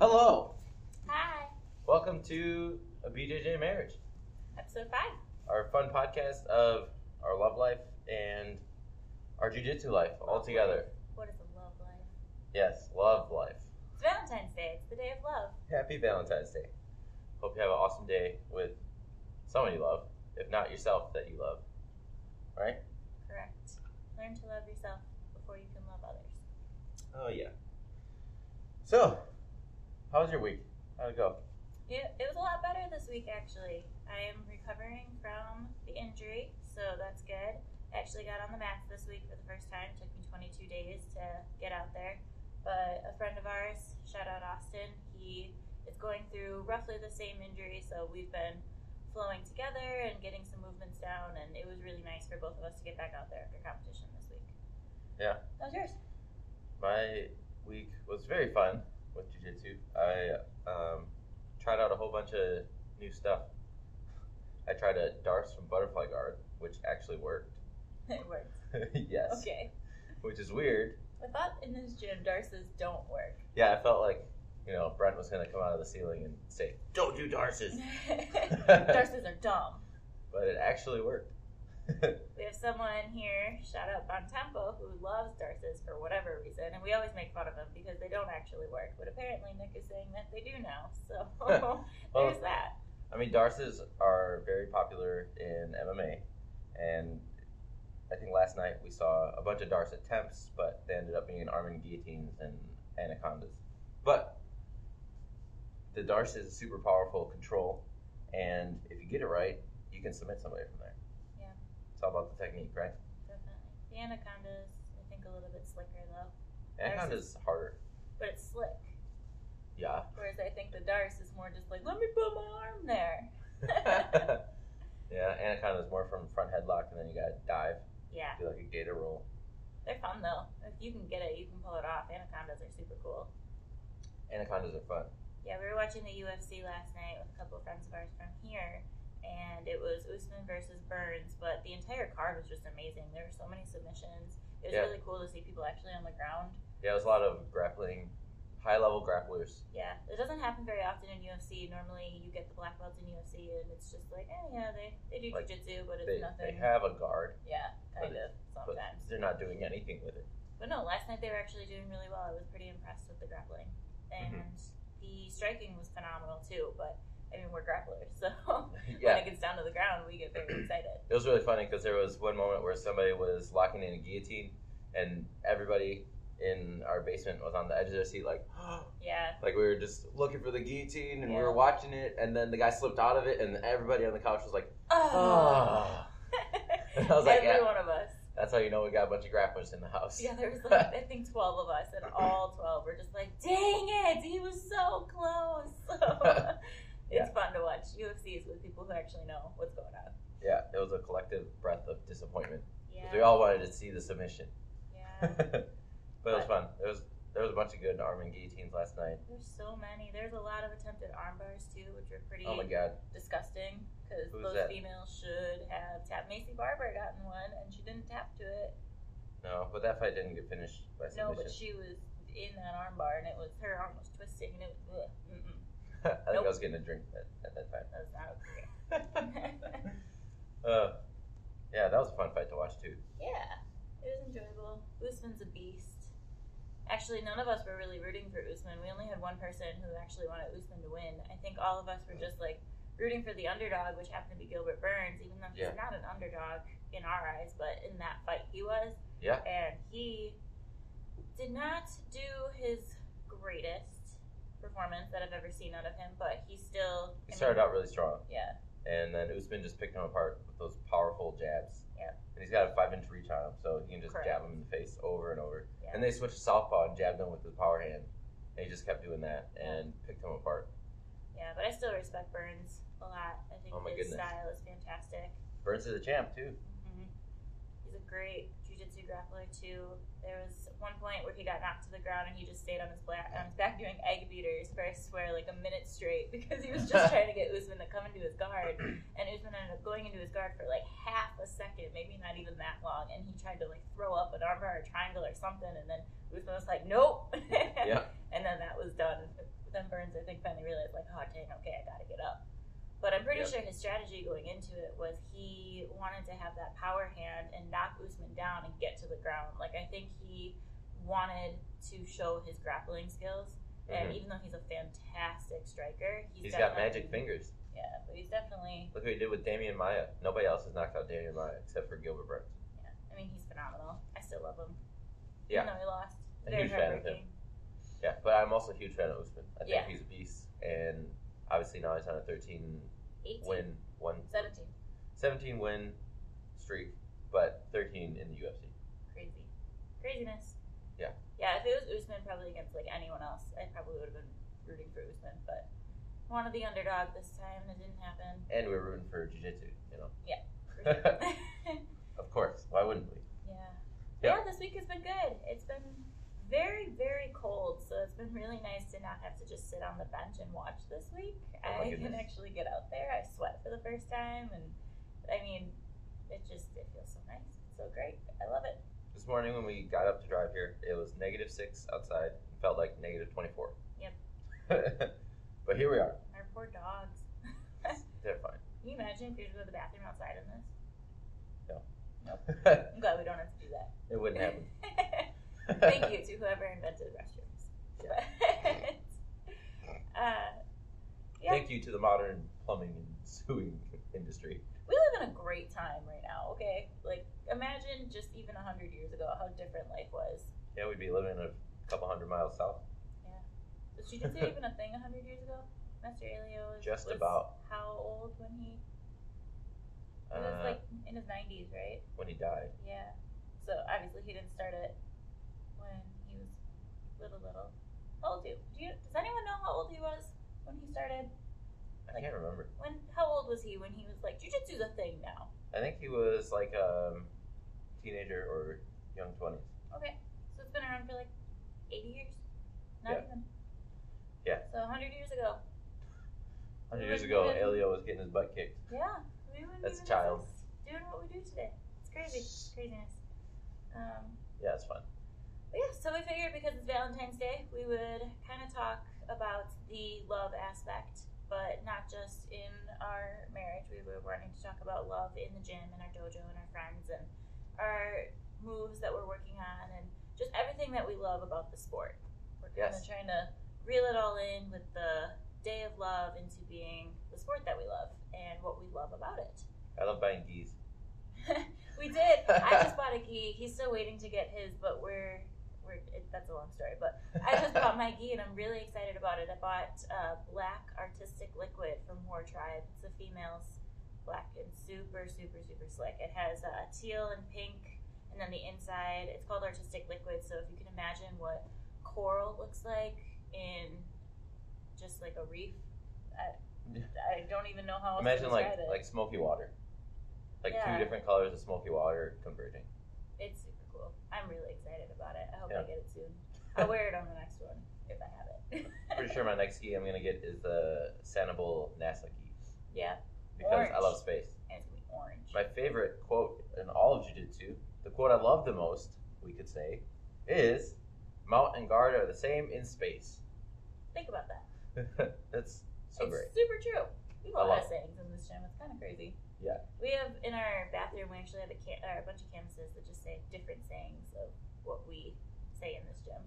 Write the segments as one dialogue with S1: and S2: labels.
S1: Hello.
S2: Hi,
S1: Welcome to a BJJ marriage,
S2: episode five.
S1: our fun podcast of our love life and our jujitsu life all together.
S2: What is a love life?
S1: Yes, love life.
S2: It's Valentine's Day. It's the day of love.
S1: Happy Valentine's Day. Hope you have an awesome day with someone you love, if not yourself that you love. Right?
S2: Correct. Learn to love yourself before you can love others.
S1: Oh, yeah. So, how was your week? How'd it go?
S2: It, it was a lot better this week, actually. I am recovering from the injury, so that's good. I actually got on the mats this week for the first time. took me 22 days to get out there. But a friend of ours, shout out Austin, he is going through roughly the same injury, so we've been flowing together and getting some movements down, and it was really nice for both of us to get back out there after competition this week.
S1: Yeah.
S2: That was yours.
S1: My week was very fun with jujitsu. I um, tried out a whole bunch of new stuff. I tried a darce from butterfly guard, which actually worked.
S2: it worked.
S1: yes,
S2: Okay.
S1: which is weird.
S2: I thought in this gym, darces don't work.
S1: Yeah, I felt like you know Brent was gonna come out of the ceiling and say, "Don't do darces,"
S2: Darces are dumb.
S1: but it actually worked.
S2: We have someone here, shout out Bon Tempo, who loves darces for whatever reason, and we always make fun of them because they don't actually work. But apparently, Nick is saying that they do now, so
S1: Oh.
S2: there's that.
S1: I mean, darces are very popular in MMA, and I think last night we saw a bunch of darce attempts, but they ended up being arming guillotines and anacondas. But the darce is a super powerful control, and if you get it right, you can submit somebody from there.
S2: Yeah.
S1: It's all about the technique, right?
S2: Definitely, the anacondas, I think, a little bit slicker though,
S1: Anaconda's harder.
S2: but it's slick.
S1: Yeah.
S2: Whereas I think the darce is more just like, let me put my arm there.
S1: yeah, anaconda's more from front headlock, and then you gotta dive,
S2: Yeah,
S1: do like a gator roll.
S2: they're fun though. If you can get it, you can pull it off. Anacondas are super cool.
S1: Anacondas are fun.
S2: Yeah, we were watching the UFC last night with a couple of friends of ours from here, and it was Usman versus Burns. But the entire card was just amazing. There were so many submissions. It was
S1: Yeah.
S2: really cool to see people actually on the ground.
S1: Yeah, it was a lot of grappling, high level grapplers.
S2: Yeah, it doesn't happen very often in UFC. Normally, you get the black belts in UFC, and it's just like, eh, yeah, they they do
S1: Like,
S2: jujitsu, but it's
S1: They, they
S2: nothing.
S1: have a guard,
S2: yeah,
S1: but
S2: kind of
S1: but
S2: sometimes.
S1: they're not doing anything with it.
S2: But no, last night they were actually doing really well. I was pretty impressed with the grappling,
S1: Mm-hmm.
S2: and the striking was phenomenal too. But I mean, we're grapplers, so. when
S1: yeah,
S2: it gets down to the ground, we get very excited.
S1: it was really funny because there was one moment where somebody was locking in a guillotine, and everybody in our basement was on the edge of their seat, like,
S2: Yeah,
S1: like we were just looking for the guillotine and we
S2: Yeah.
S1: were watching it, and then the guy slipped out of it, and everybody on the couch was like, oh. And I was like,
S2: every
S1: yeah,
S2: one of us.
S1: that's how you know we got a bunch of grapplers in the house.
S2: Yeah, there was like I think twelve of us, and all twelve were just like, "Dang it, he was so close." So
S1: Yeah.
S2: it's fun to watch UFCs with people who actually know what's going on.
S1: yeah, it was a collective breath of disappointment. 'Cause We
S2: Yeah,
S1: all wanted to see the submission.
S2: yeah.
S1: but it was fun. There was there was a bunch of good arming guillotines last night.
S2: There's so many. There's a lot of attempted arm bars too, which are pretty
S1: Oh my god.
S2: disgusting because
S1: Who's
S2: those
S1: that?
S2: females should have tapped. Macy Barber got in one, and she didn't tap to it.
S1: No, but that fight didn't get finished by
S2: No,
S1: submission.
S2: but she was in that armbar, and it was her arm was twisting, and it was. Ugh, mm-mm.
S1: I think
S2: Nope.
S1: I was getting a drink at, at that time.
S2: that was not okay.
S1: Uh, yeah, that was a fun fight to watch too.
S2: yeah, it was enjoyable. Usman's a beast. Actually, none of us were really rooting for Usman. We only had one person who actually wanted Usman to win. I think all of us were just like rooting for the underdog, which happened to be Gilbert Burns, even though he's
S1: Yeah.
S2: not an underdog in our eyes, but in that fight he was.
S1: Yeah.
S2: And he did not do his greatest performance that I've ever seen out of him, but he still I
S1: He
S2: mean,
S1: started out really strong,
S2: Yeah.
S1: and then Usman just picked him apart with those powerful jabs.
S2: Yeah.
S1: And he's got a five inch reach on him, so he can just
S2: Correct.
S1: jab him in the face over and over.
S2: Yeah.
S1: And they switched to southpaw and jabbed him with his power hand. And he just kept doing that and picked him apart.
S2: Yeah, but I still respect Burns a lot. I think
S1: Oh my
S2: his
S1: goodness.
S2: style is fantastic.
S1: Burns is a champ too.
S2: hmm He's a great jujitsu grappler too. There was one point where he got knocked to the ground and he just stayed on his black on his back doing egg beaters for I swear like a minute straight because he was just trying to get Usman to come into his guard and Usman ended up going into his guard for like half a second, maybe not even that long, and he tried to like throw up an armbar or a triangle or something and then Usman was like, Nope
S1: Yeah.
S2: And then that was done. then Burns, I think, finally realized, like, oh, dang, okay, I gotta get up. But I'm pretty
S1: Yep.
S2: sure his strategy going into it was he wanted to have that power hand and knock Usman down and get to the ground. Like, I think he wanted to show his grappling skills. And
S1: Mhm.
S2: even though he's a fantastic striker, he's,
S1: He's got
S2: definitely-
S1: magic fingers.
S2: Yeah, but he's definitely,
S1: Look what he did with Damian Maya. Nobody else has knocked out Damian Maya except for Gilbert Burns.
S2: yeah, I mean, he's phenomenal. I still love him.
S1: Yeah.
S2: Even though he lost.
S1: A
S2: Very
S1: huge fan of him.
S2: heartbreaking.
S1: Yeah, but I'm also a huge fan of Usman. I think
S2: Yeah.
S1: he's a beast, and obviously now he's on a 13
S2: 18.
S1: win, one
S2: 17.
S1: 17 win streak, but 13 in the UFC.
S2: crazy craziness.
S1: Yeah.
S2: Yeah, if it was Usman probably against like anyone else, I probably would have been rooting for Usman, but I wanted the underdog this time and it didn't happen.
S1: And we're rooting for jiu-jitsu, you know.
S2: For sure.
S1: Of course, why wouldn't we?
S2: yeah.
S1: Yeah.
S2: Yeah, this week has been good. It's been very, very cold, so it's been really nice to not have to just sit on the bench and watch this week.
S1: Oh my
S2: I can
S1: goodness.
S2: actually get out there. I sweat for the first time and I mean it just it feels so nice. It's so great. I love it.
S1: This morning when we got up to drive here, it was negative 6 outside. It felt like negative 24.
S2: Yep.
S1: but here we are.
S2: Our poor dogs.
S1: They're fine.
S2: Can you imagine if you had to go to the bathroom outside in this?
S1: it
S2: I'm glad we don't have to do that.
S1: wouldn't happen.
S2: Thank you to whoever invented restrooms. uh, yeah,
S1: Thank you to the modern plumbing and sewing industry.
S2: we live in a great time right now. Okay, like imagine just even hundred years ago how different life was.
S1: Yeah, we'd be living a couple hundred miles south.
S2: Was jujitsu even a thing hundred years ago? Master Elio was
S1: Just
S2: was
S1: about.
S2: how old when he? He
S1: Uh,
S2: was like in his nineties, right?
S1: when he died.
S2: Yeah. So obviously he didn't start it when he was little little. How old do you, do you does anyone know how old he was when he started?
S1: I can't remember.
S2: When how old was he when he was like jujitsu's a thing now?
S1: I think he was like a um, teenager or young 20s.
S2: Okay. So it's been around for like eighty years?
S1: Yeah.
S2: Not even.
S1: Yeah.
S2: So hundred years ago.
S1: 100
S2: We
S1: years
S2: were
S1: ago,
S2: living-
S1: Elio was getting his butt kicked.
S2: Yeah. We wouldn't
S1: That's
S2: even
S1: a child.
S2: exist Doing what we do today. It's crazy. Craziness. Um
S1: Yeah, it's fun.
S2: But yeah, so we figured because it's Valentine's Day, we would kind of talk about the love aspect, but not just in our marriage. We were wanting to talk about love in the gym and our dojo and our friends and our moves that we're working on and just everything that we love about the sport. We're kind of
S1: Yes.
S2: trying to reel it all in with the day of love into being the sport that we love and what we love about it.
S1: I love buying geese.
S2: We did. I just bought a gi. He's still waiting to get his, but we're we're it, that's a long story. But I just bought my gi, and I'm really excited about it. I bought uh, black artistic liquid from War Tribe. It's a female's black and super super super slick. It has uh, teal and pink, and then the inside. It's called artistic liquid. So if you can imagine what coral looks like in just like a reef. I, I don't even know how else
S1: Imagine
S2: to
S1: like
S2: describe it.
S1: like smoky water, like
S2: Yeah.
S1: two different colors of smoky water converging.
S2: It's super cool. I'm really excited about it. I hope I
S1: Yeah.
S2: get it soon. I'll wear it on the next one if I have it.
S1: Pretty sure my next gi I'm gonna get is the Sanibel NASA gi
S2: yeah,
S1: because I
S2: Orange.
S1: love space.
S2: and it's gonna be orange.
S1: My favorite quote in all of jiu-jitsu, the quote I love the most, we could say, is "Mount and guard are the same in space."
S2: Think about that.
S1: That's so
S2: it's
S1: great.
S2: super true. We have a
S1: I
S2: lot
S1: love
S2: of sayings in this gym. It's kind of crazy.
S1: Yeah.
S2: We have in our bathroom. We actually have a can- or a bunch of canvases that just say different sayings of what we say in this gym.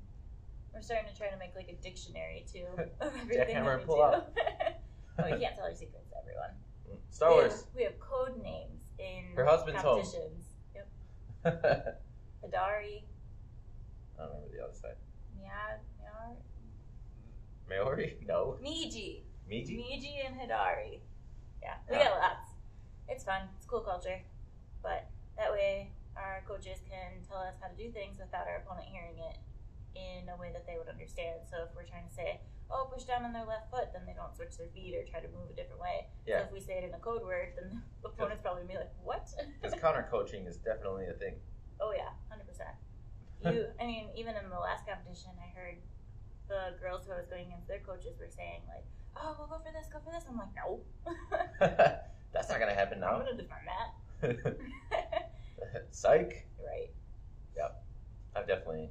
S2: We're starting to try to make like a dictionary too of everything
S1: Jackhammer and
S2: that we
S1: pull
S2: do.
S1: up.
S2: but we can't tell our secrets to everyone.
S1: Mm, Star
S2: we, have,
S1: Wars.
S2: we have code names in
S1: Her husband's home.
S2: competitions. Yep.
S1: I don't
S2: Hadari,
S1: remember the other side.
S2: Mia- Miar,
S1: Maori? No.
S2: Miji,
S1: Miji?
S2: Miji, and Hidari. Yeah, we
S1: Yeah.
S2: got lots. It's fun. It's cool culture, but that way our coaches can tell us how to do things without our opponent hearing it in a way that they would understand. So if we're trying to say, "Oh, push down on their left foot," then they don't switch their feet or try to move a different way.
S1: Yeah.
S2: So if we say it in a code word, then the opponent's probably gonna be like, "What?"
S1: Because counter coaching is definitely a thing.
S2: Oh yeah, hundred percent. You, I mean, even in the last competition, I heard the girls who I was going against, their coaches were saying like, "Oh, we'll go for this, go for this." I'm like, "No,
S1: That's not gonna happen
S2: I'm
S1: now.
S2: gonna defend that."
S1: Psych.
S2: right.
S1: I've definitely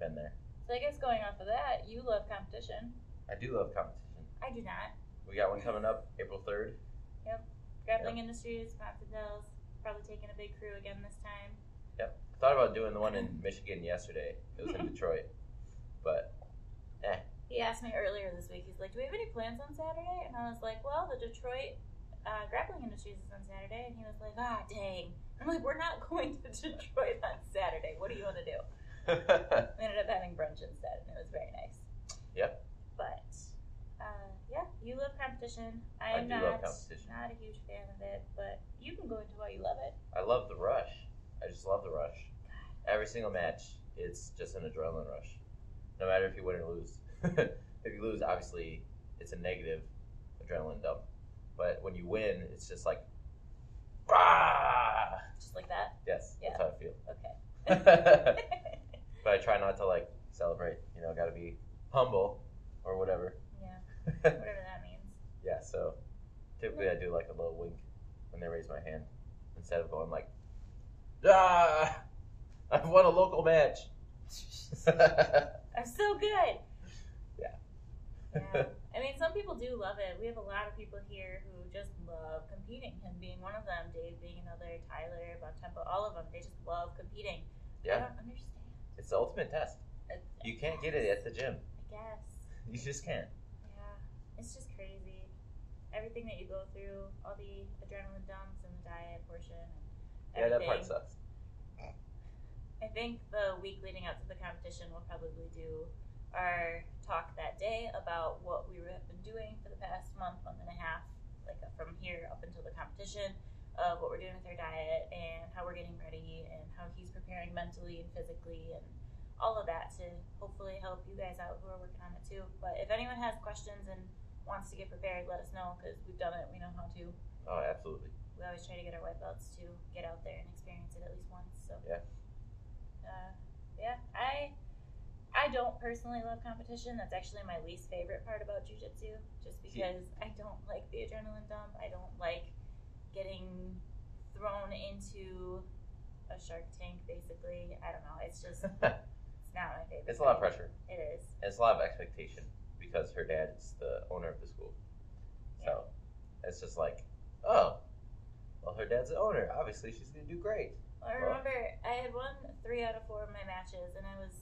S1: been there.
S2: So I guess going off of that, you love competition.
S1: I do love competition.
S2: I do not.
S1: We got one coming up April 3rd.
S2: Grappling Industries, Confidels, probably taking a big crew again this time.
S1: Yep. Thought about doing the one in Michigan yesterday. It was in Detroit. But
S2: He asked me earlier this week, he's like, Do we have any plans on Saturday? And I was like, Well, the Detroit uh, Grappling Industries is on Saturday. And he was like, Ah, dang. I'm like, We're not going to Detroit on Saturday. What do you want to do? We ended up having brunch instead, and it was very nice.
S1: Yep.
S2: But uh, yeah, you love competition.
S1: I
S2: I'm
S1: do
S2: not
S1: love competition.
S2: not a huge fan of it, but you can go into why you love it.
S1: I love the rush. I just love the rush. Every single match, it's just an adrenaline rush. No matter if you win or lose. if you lose, obviously, it's a negative adrenaline dump. But when you win, it's just like, bah!
S2: Just like that.
S1: Yes,
S2: Yeah.
S1: that's how I feel.
S2: Okay.
S1: but I try not to like celebrate. You know, got to be humble or whatever.
S2: yeah, whatever that means.
S1: yeah. So typically, I do like a little wink when they raise my hand instead of going like, ah, I've won a local match.
S2: I'm so good.
S1: Yeah.
S2: yeah. I mean, some people do love it. We have a lot of people here who just love competing. Him being one of them, Dave being another, Tyler, Bontempo, all of them. They just love competing. I
S1: yeah,
S2: don't understand.
S1: it's the ultimate test.
S2: It-
S1: You can't get it at the gym.
S2: I guess.
S1: You just can't.
S2: Yeah, it's just crazy. Everything that you go through, all the adrenaline dumps and the diet portion. And
S1: Yeah, that
S2: everything.
S1: part sucks.
S2: I think the week leading up to the competition, we'll probably do our talk that day about what we have been doing for the past month, month and a half, like uh, from here up until the competition, of what we're doing with our diet and how we're getting ready and how he's preparing mentally and physically and all of that to hopefully help you guys out who are working on it too. But if anyone has questions and wants to get prepared, let us know because we've done it, we know how to.
S1: Oh, absolutely.
S2: We always try to get our white belts to get out there and experience it at least once. So
S1: Yeah.
S2: uh, yeah. I I don't personally love competition. That's actually my least favorite part about jujitsu, just because I don't like the adrenaline dump. I don't like getting thrown into a shark tank. Basically, I don't know. It's just it's not my favorite.
S1: it's a lot of
S2: thing.
S1: pressure.
S2: It is.
S1: And it's a lot of expectation because her dad is the owner of the school. So it's just like, oh, well, her dad's the owner. Obviously, she's going to do great.
S2: I
S1: Well-
S2: remember I had won three out of four of my matches, and I was,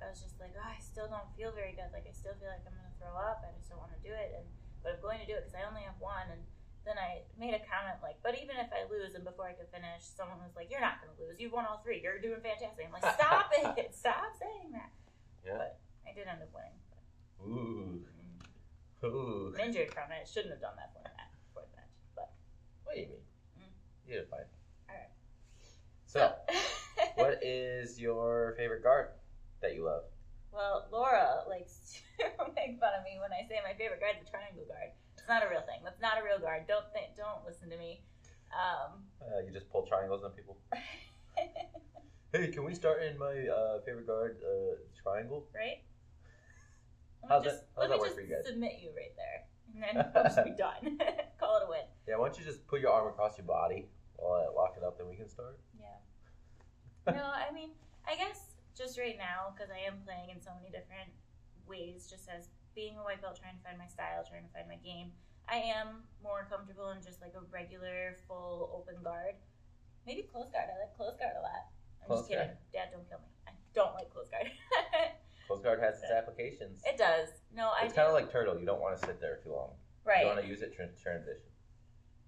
S2: I was just like, oh, I still don't feel very good. Like I still feel like I'm gonna throw up. I just don't want to do it. And but I'm going to do it because I only have one. And then I made a comment like, but even if I lose, and before I could finish, someone was like, you're not gonna lose. You've won all three. You're doing fantastic. I'm like, stop it. Stop saying that.
S1: Yeah.
S2: But I did end up winning. mm,
S1: Ooh. Ooh.
S2: I'm injured from it. Shouldn't have done that for that for the match. But
S1: What do you mean?
S2: Mm.
S1: You did fine.
S2: All right.
S1: So, what is your favorite guard that you love?
S2: Well, Laura likes to make fun of me when I say my favorite guard's a triangle guard. It's not a real thing. That's not a real guard. Don't think. Don't listen to me. Um,
S1: Uh, you just pull triangles on people. Hey, can we start in my uh, favorite guard uh, triangle?
S2: right? Let me
S1: How's
S2: just,
S1: that- how's that
S2: let me
S1: work
S2: just
S1: for you guys?
S2: submit you right there, and then we'll just be done. Call it a win.
S1: Yeah, why don't you just put your arm across your body while I lock it up, then we can start?
S2: Yeah. No, I mean, I guess just right now because I am playing in so many different ways. Just as being a white belt, trying to find my style, trying to find my game. I am more comfortable in just like a regular full open guard. Maybe close guard. I like close guard a lot. I'm
S1: Close
S2: just kidding. Dad, don't kill me. I don't like close guard.
S1: Coast Guard has its applications.
S2: it does. No, I
S1: it's kind of
S2: do-
S1: like turtle. You don't want to sit there too long. You want
S2: right.
S1: to use it to transition.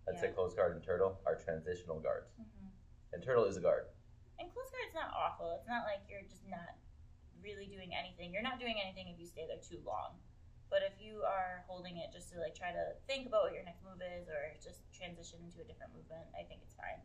S1: I'd say
S2: Yeah.
S1: close guard and turtle are transitional guards,
S2: hmm
S1: and turtle is a guard.
S2: And close guard's not awful. It's not like you're just not really doing anything. You're not doing anything if you stay there too long. But if you are holding it just to like try to think about what your next move is or just transition into a different movement, I think it's fine.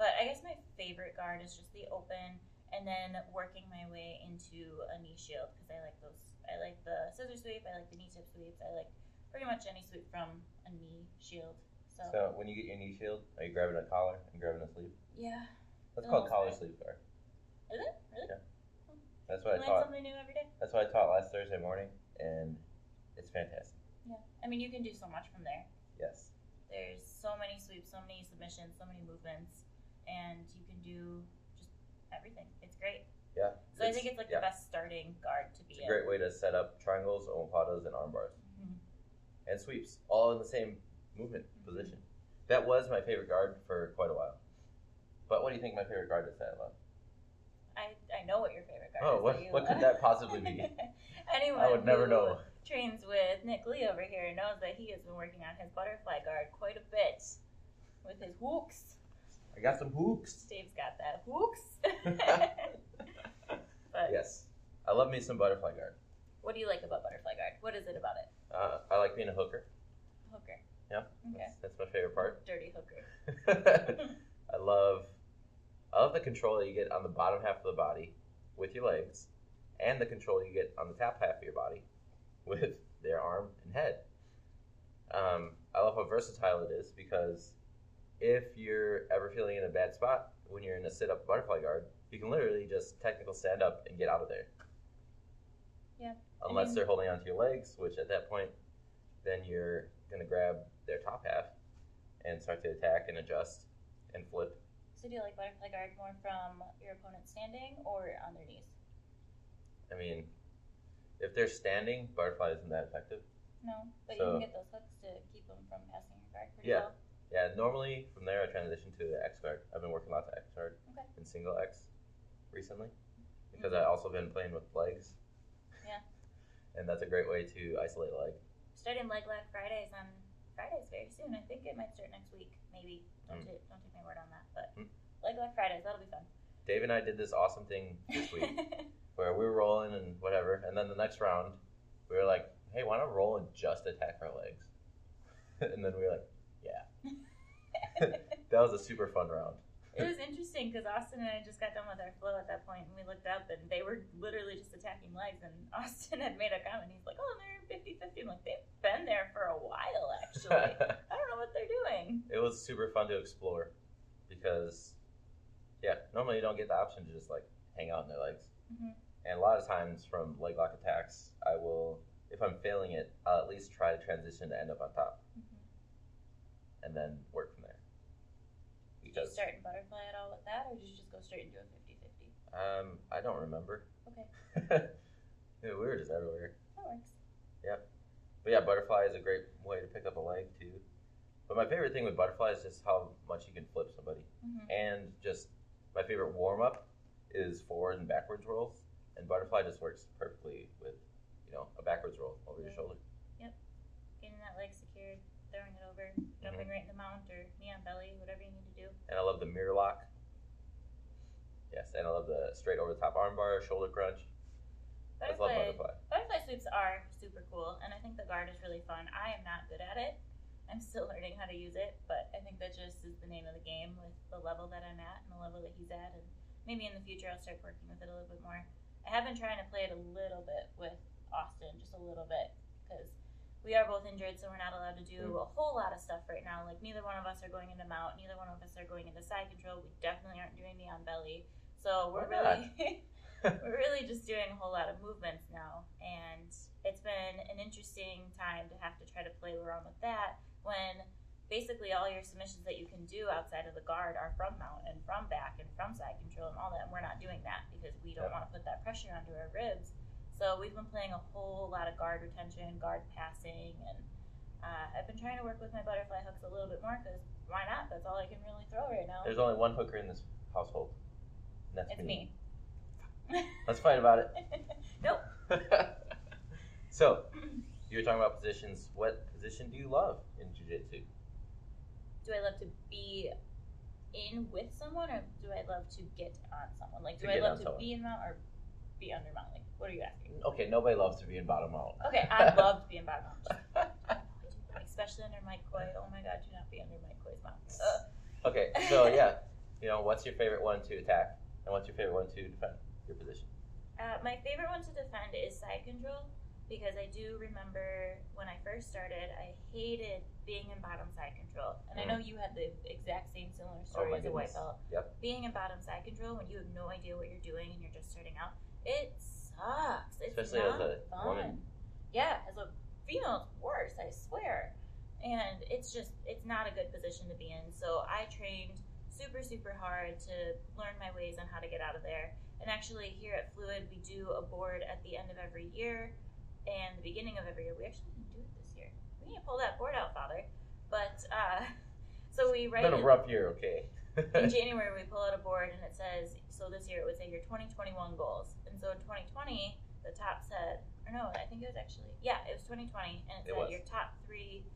S2: But I guess my favorite guard is just the open and then working my way into a knee shield because I like those. I like the scissor sweep. I like the knee tip sweeps. I like pretty much any sweep from a knee shield. So,
S1: So when you get your knee shield, are you grabbing a collar and grabbing a sleeve?
S2: yeah,
S1: That's
S2: Oh,
S1: called
S2: that's
S1: collar
S2: right.
S1: sleeve guard.
S2: is it really?
S1: That's what I
S2: Learn
S1: taught.
S2: something new every day.
S1: That's what I taught last Thursday morning, and it's fantastic.
S2: Yeah, I mean, you can do so much from there.
S1: Yes.
S2: There's so many sweeps, so many submissions, so many movements, and you can do just everything. It's great.
S1: Yeah.
S2: So I think it's like
S1: yeah.
S2: the best starting guard to be
S1: It's
S2: in.
S1: a great way to set up triangles, omopadas, and arm bars.
S2: Mhm.
S1: and sweeps, all in the same movement
S2: Mm-hmm.
S1: position. That was my favorite guard for quite a while. But what do you think my favorite guard is at? Lon?
S2: I, I know what your favorite guard
S1: Oh,
S2: is.
S1: what,
S2: you-
S1: what could that possibly be?
S2: Anyone
S1: I would never
S2: who
S1: know.
S2: trains with Nick Lee over here knows that he has been working on his butterfly guard quite a bit with his hooks.
S1: I got some hooks.
S2: Dave's got that hooks. but
S1: Yes. I love me some butterfly guard.
S2: what do you like about butterfly guard? What is it about it?
S1: Uh, I like being a hooker.
S2: Hooker.
S1: Yeah.
S2: Okay.
S1: That's, that's my favorite part.
S2: Dirty hooker.
S1: I love I love the control that you get on the bottom half of the body with your legs and the control you get on the top half of your body with their arm and head. Um, I love how versatile it is because if you're ever feeling in a bad spot when you're in a sit up butterfly guard, you can literally just technical stand up and get out of there.
S2: Yeah,
S1: Unless
S2: mean-
S1: they're holding onto your legs, which at that point, then you're going to grab their top half and start to attack and adjust and flip.
S2: So do you like butterfly guard more from your opponent standing or on their knees?
S1: I mean, if they're standing, butterfly isn't that effective.
S2: No, but you
S1: So-
S2: can get those hooks to keep them from passing your guard pretty
S1: Yeah.
S2: well.
S1: Yeah, normally from there I transition to the X card. I've been working lots of X card
S2: Okay. Mm-hmm.
S1: and single X recently because I also been playing with legs.
S2: Yeah.
S1: And that's a great way to isolate leg.
S2: Starting leg lock Fridays on Fridays very soon. I think it might start next week, maybe. Don't,
S1: Mm.
S2: ta- don't take my word on that, but
S1: Mm.
S2: leg lock Fridays that'll be fun.
S1: Dave and I did this awesome thing this week where we were rolling and whatever, and then the next round we were like, "Hey, why not roll and just attack our legs?" and then we were like, "Yeah." that was a super fun round.
S2: it was interesting because Austin and I just got done with our flow at that point, and we looked up and they were literally just attacking legs. And Austin had made a comment. He's like, "Oh, they're 50-50. I'm like, "They've been there for a while, actually. I don't know what they're doing."
S1: it was super fun to explore because yeah normally you don't get the option to just like hang out in their legs
S2: Mhm.
S1: and a lot of times from leg lock attacks i will if i'm failing it i'll at least try to transition to end up on top
S2: Mhm.
S1: and then work from there
S2: Did you
S1: because
S2: start in butterfly at all with that, or did you just go straight into a 50-50?
S1: um i don't remember
S2: Okay,
S1: Dude, we were just everywhere
S2: that works.
S1: but yeah butterfly is a great way to pick up a leg too but my favorite thing with butterfly is just how much you can flip somebody
S2: hmm
S1: and just my favorite warm up is forward and backwards rolls, and butterfly just works perfectly with you know a backwards roll over your
S2: Yeah.
S1: shoulder.
S2: Getting that leg secured, throwing it over, jumping right in the mount or knee on belly, whatever you need to do.
S1: And I love the mirror lock. Yes, and I love the straight over the top armbar, shoulder crunch. I just love
S2: Butterfly,
S1: butterfly.
S2: butterfly sweeps are super cool, and I think the guard is really fun. I am not good at it. I'm still learning how to use it, but I think that just is the name of the game with the level that I'm at and the level that he's at, and maybe in the future I'll start working with it a little bit more. I have been trying to play it a little bit with Austin, just a little bit, because we are both injured, so we're not allowed to do
S1: Mm.
S2: a whole lot of stuff right now. Like neither one of us are going into mount, neither one of us are going into side control. We definitely aren't doing knee on belly, so we're
S1: Why not?
S2: really we're really just doing a whole lot of movements now, and it's been an interesting time to have to try to play around with that when basically all your submissions that you can do outside of the guard are from mount and from back and from side control and all that and we're not doing that because we don't
S1: Yeah.
S2: want to put that pressure onto our ribs so we've been playing a whole lot of guard retention guard passing and uh, i've been trying to work with my butterfly hooks a little bit more because why not that's all i can really throw right now
S1: There's only one hooker in this household. And that's
S2: it's
S1: me.
S2: me
S1: Let's fight about it.
S2: Nope.
S1: so, you were talking about positions. What position do you love in jujitsu?
S2: do i love to be in with someone or do i love to get on someone like
S1: To
S2: do i
S1: get on
S2: love to
S1: someone.
S2: be in mount or be under mount like what are you asking
S1: Okay, nobody loves to be in bottom out.
S2: Okay, I loved being bad mom. Especially under Mike Coy. Oh my god, do not be under Mike Coy's mom. Uh,
S1: Okay, so yeah, you know, what's your favorite one to attack, and what's your favorite one to defend your position?
S2: uh, my favorite one to defend is side control because I do remember when I first started, I hated being in bottom side control. And I know you had the exact same similar
S1: Mm.
S2: story
S1: Oh my
S2: as a white
S1: goodness.
S2: belt.
S1: Yep.
S2: Being in bottom side control when you have no idea what you're doing and you're just starting out, it sucks. It's
S1: Especially
S2: not
S1: as a
S2: fun.
S1: woman.
S2: Yeah, as a female, it's worse, I swear. And it's just, it's not a good position to be in. So I trained super, super hard to learn my ways on how to get out of there. And actually, here at Fluid, we do a board at the end of every year and the beginning of every year. We actually didn't do it this year. We need to pull that board out, Father. But uh, so we write
S1: Been a
S2: it-
S1: rough year, okay.
S2: in January, we pull out a board and it says, so this year it would say your 2021 goals. And so in 2020, the top said, or no, I think it was actually, yeah, it was 2020. And
S1: It
S2: it, said
S1: was.
S2: your top three,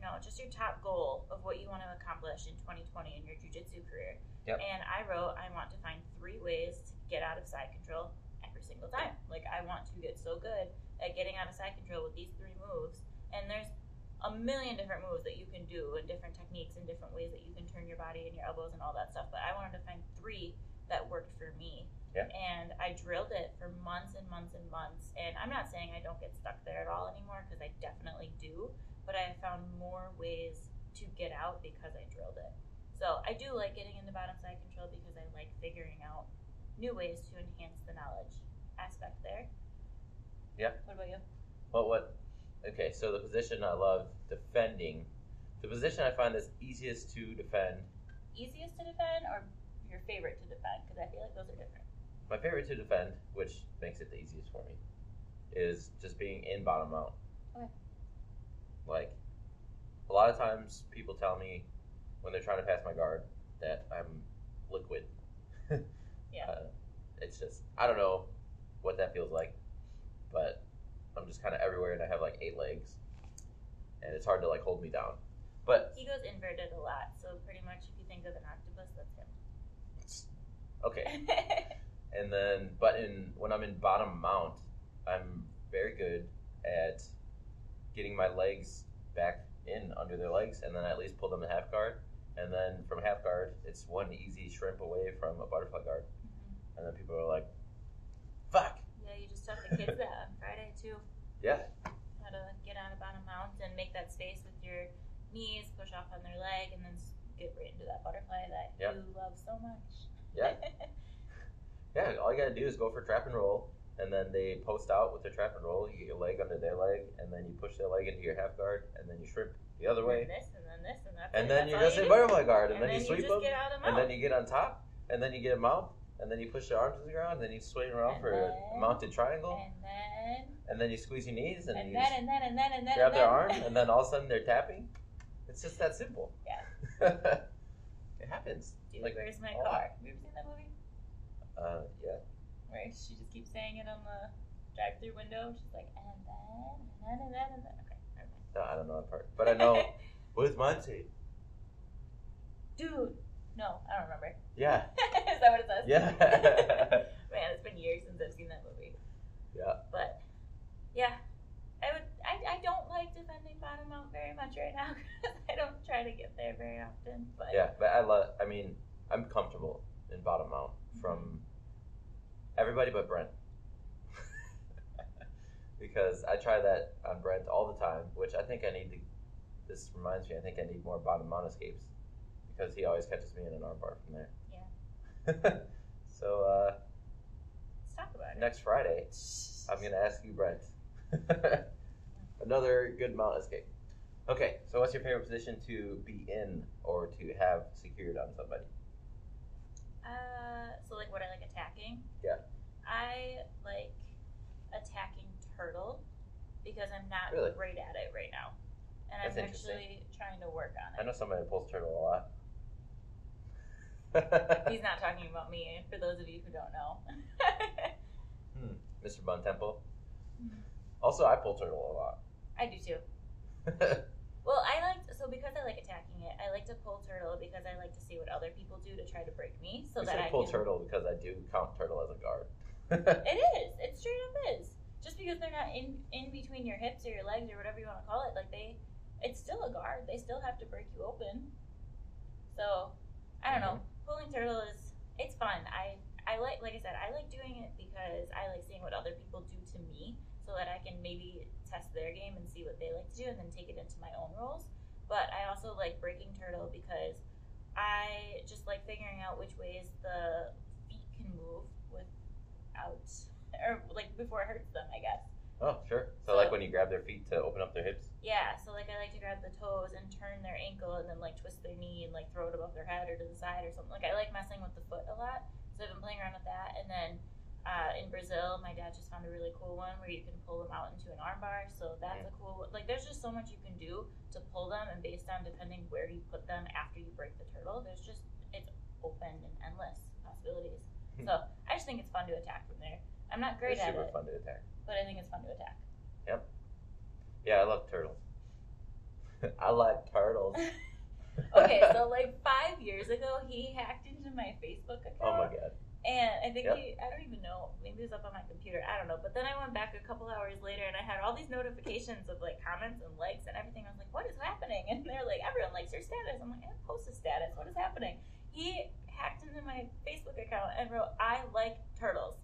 S2: no, just your top goal of what you want to accomplish in 2020 in your jujitsu career.
S1: Yep.
S2: And I wrote, I want to find three ways to get out of side control every single time. Like, I want to get so good at getting out of side control with these three moves. And there's a million different moves that you can do and different techniques and different ways that you can turn your body and your elbows and all that stuff. But I wanted to find three that worked for me.
S1: Yeah.
S2: And I drilled it for months and months and months. And I'm not saying I don't get stuck there at all anymore because I definitely do. But I have found more ways to get out because I drilled it. So I do like getting into bottom side control because I like figuring out new ways to enhance the knowledge aspect there.
S1: Yeah.
S2: What about you?
S1: But what? Okay, so the position I love defending, the position I find that's easiest to defend.
S2: Easiest to defend or your favorite to defend? Because I feel like those are different.
S1: My favorite to defend, which makes it the easiest for me, is just being in bottom out.
S2: Okay.
S1: Like, a lot of times people tell me when they're trying to pass my guard that I'm liquid.
S2: Yeah.
S1: Uh, it's just I don't know what that feels like, but I'm just kind of everywhere and I have like eight legs, and it's hard to like hold me down. But
S2: He goes inverted a lot, so pretty much if you think of an octopus, that's him.
S1: okay,
S2: Mm-hmm.
S1: And then, but in when I'm in bottom mount, I'm very good at getting my legs back in under their legs, and then I at least pull them to half guard. And then from half guard, it's one easy shrimp away from a butterfly guard.
S2: Mhm.
S1: And then people are like, "Fuck,
S2: yeah, you just taught the kids that on Friday too.
S1: yeah,
S2: How to get on a bottom mount and make that space with your knees, push off on their leg, and then s- get right into that butterfly that
S1: Yeah.
S2: you love so much.
S1: yeah, yeah." All you gotta do is go for trap and roll, and then they post out with their trap and roll. You get your leg under their leg, and then you push their leg into your half guard, and then you shrimp the other
S2: and
S1: way,
S2: then this and then this and that.
S1: and then
S2: that's
S1: you're
S2: all
S1: just
S2: you
S1: in
S2: do.
S1: butterfly guard, and, then, you sweep
S2: just
S1: them.
S2: get out of the
S1: and
S2: mount.
S1: then you get on top, and then you get a mount, and then you push your arms to the ground, and then you swing around
S2: And
S1: for a
S2: then-
S1: mounted triangle,
S2: and then
S1: and then you squeeze your knees, and,
S2: and
S1: you
S2: then
S1: just
S2: and then and then and then
S1: grab
S2: and
S1: their
S2: then.
S1: arm, and then all of a sudden they're tapping. It's just that simple.
S2: Yeah.
S1: it happens.
S2: Dude,
S1: like, oh.
S2: where's my
S1: all-
S2: car? Have you ever seen that movie?
S1: Uh, yeah.
S2: Where she just keeps saying it on the drive-through window. She's like, and then, and then, and then, and then. Okay, never mind.
S1: No, I don't know that part, but I know. Where's Monty?
S2: Dude, no, I don't remember.
S1: Yeah.
S2: Is that what it says?
S1: Yeah.
S2: Man, it's been years since I've seen that movie.
S1: Yeah.
S2: But yeah, I would. I, I don't like defending bottom out very much right now 'cause I don't try to get there very often. But
S1: yeah, but I love. I mean, I'm comfortable in bottom mount from everybody but Brent, because I try that on Brent all the time. Which I think I need to. This reminds me. I think I need more bottom mount escapes because he always catches me in an armbar from there. Yeah. so uh,
S2: let's talk about it.
S1: next Friday, I'm gonna ask you, Brent. Another good mount escape. Okay, so what's your favorite position to be in or to have secured on somebody?
S2: Uh, so like what I like attacking.
S1: Yeah.
S2: I like attacking turtle because I'm not
S1: Really?
S2: great at it right now, and
S1: That's
S2: I'm
S1: interesting.
S2: actually trying to work
S1: I
S2: on it.
S1: know somebody that pulls turtle a lot.
S2: He's not talking about me. For those of you who don't know,
S1: Mr. Bun Temple.
S2: Mhm.
S1: Also, I pull turtle a lot.
S2: I do too. Well, I liked so because I like attacking it. I like to pull turtle because I like to see what other people do to try to break me, so
S1: we
S2: that I
S1: should pull
S2: can.
S1: turtle because I do count turtle as a guard.
S2: It is. It straight up is. Just because they're not in in between your hips or your legs or whatever you want to call it, like they, it's still a guard. They still have to break you open. So, I don't know. Pulling turtle is it's fun. I I like like I said I like doing it because I like seeing what other people do to me, so that I can maybe test their game and see what they like to do, and then take it into my own roles. But I also like breaking turtle because I just like figuring out which ways the feet can move without, or like before it hurts them, I guess.
S1: oh, sure. So,
S2: So-
S1: like when you grab their feet to open up their hips?
S2: Yeah, so like I like to grab the toes and turn their ankle and then like twist their knee and like throw it above their head or to the side or something. Like I like messing with the foot a lot. So I've been playing around with that. And then uh, in Brazil, my dad just found a really cool one where you can pull them out into an armbar. So that's a cool one. Like, there's just so much you can do to pull them, and based on depending where you put them after you break the turtle, there's just it's open and endless possibilities. so I just think it's fun to attack from there. I'm not great
S1: They're
S2: at
S1: Hmm. super
S2: it,
S1: fun to attack.
S2: but I think it's fun to attack.
S1: Yeah, I love turtles. I like turtles.
S2: Okay, so like five years ago, he hacked into my Facebook account.
S1: oh my god.
S2: And I think
S1: Yep.
S2: he, I don't even know, maybe it was up on my computer, I don't know. But then I went back a couple hours later and I had all these notifications of like comments and likes and everything. I was like, what is happening? And they're like, everyone likes your status. I'm like, I didn't post a status. What is happening? He hacked into my Facebook account and wrote, I like turtles.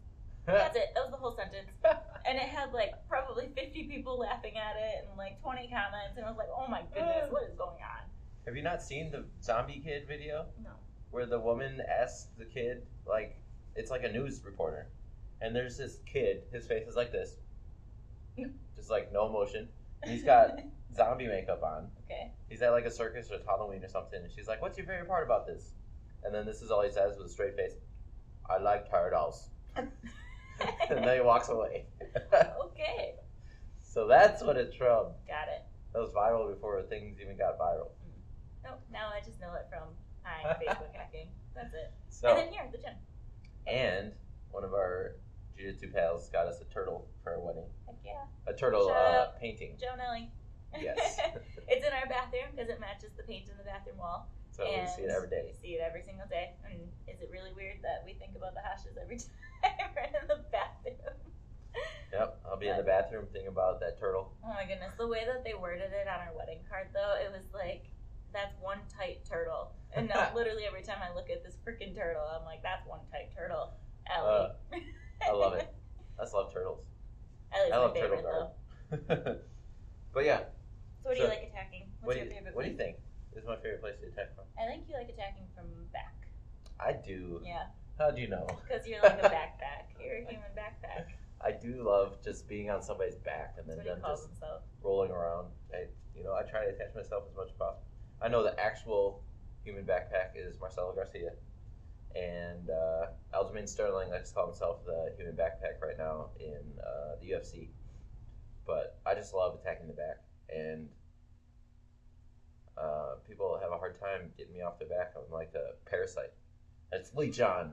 S2: That's it. That was the whole sentence. And it had like probably 50 people laughing at it and like 20 comments. And I was like, oh my goodness, what is going on?
S1: Have you not seen the zombie kid video
S2: No.
S1: where the woman asks the kid like it's like a news reporter, and there's this kid. His face is like this, just like no emotion. And he's got zombie makeup on.
S2: okay.
S1: He's at like a circus or Halloween or something, and she's like, "What's your favorite part about this?" And then this is all he says with a straight face: "I like turtles." and then he walks away.
S2: okay.
S1: So that's what it's from.
S2: Got it.
S1: That was viral before things even got viral.
S2: Nope. Now I just know it from my Facebook hacking. That's it. And
S1: So
S2: then here at the gym.
S1: and one of our jiu-jitsu pals got us a turtle for our wedding.
S2: Heck yeah.
S1: A turtle
S2: Shut
S1: uh,
S2: up.
S1: painting.
S2: Joe Nelly.
S1: Yes.
S2: it's in our bathroom because it matches the paint in the bathroom wall.
S1: So we see it every day.
S2: We see it every single day. And is it really weird that we think about the hashes every time we're in the bathroom?
S1: Yep. I'll be in the bathroom thinking about that turtle.
S2: Oh my goodness. The way that they worded it on our wedding card, though, it was like, that's one tight turtle. And now, literally every time I look at this freaking turtle, I'm like, that's one tight turtle. Ellie.
S1: Uh, I love it. I just love turtles.
S2: Ellie's
S1: I
S2: my
S1: love turtle
S2: favorite, though.
S1: guard. but yeah,
S2: So what do
S1: So-
S2: you like attacking?
S1: what
S2: What's
S1: do,
S2: your
S1: you,
S2: favorite?
S1: what do you think is my favorite place to attack from?
S2: I think you like attacking from back.
S1: I do.
S2: Yeah,
S1: How do you know?
S2: because you're like a backpack. You're a human backpack.
S1: I do love just being on somebody's back and then
S2: That's what he
S1: them
S2: calls
S1: just
S2: himself.
S1: rolling around. I, you know, I try to attach myself as much as possible. I know the actual human backpack is Marcelo Garcia, and uh, Aljamain Sterling likes to call himself the human backpack right now in uh, the UFC. But I just love attacking the back, and uh, people have a hard time getting me off the back. I'm like a parasite. It's leech on,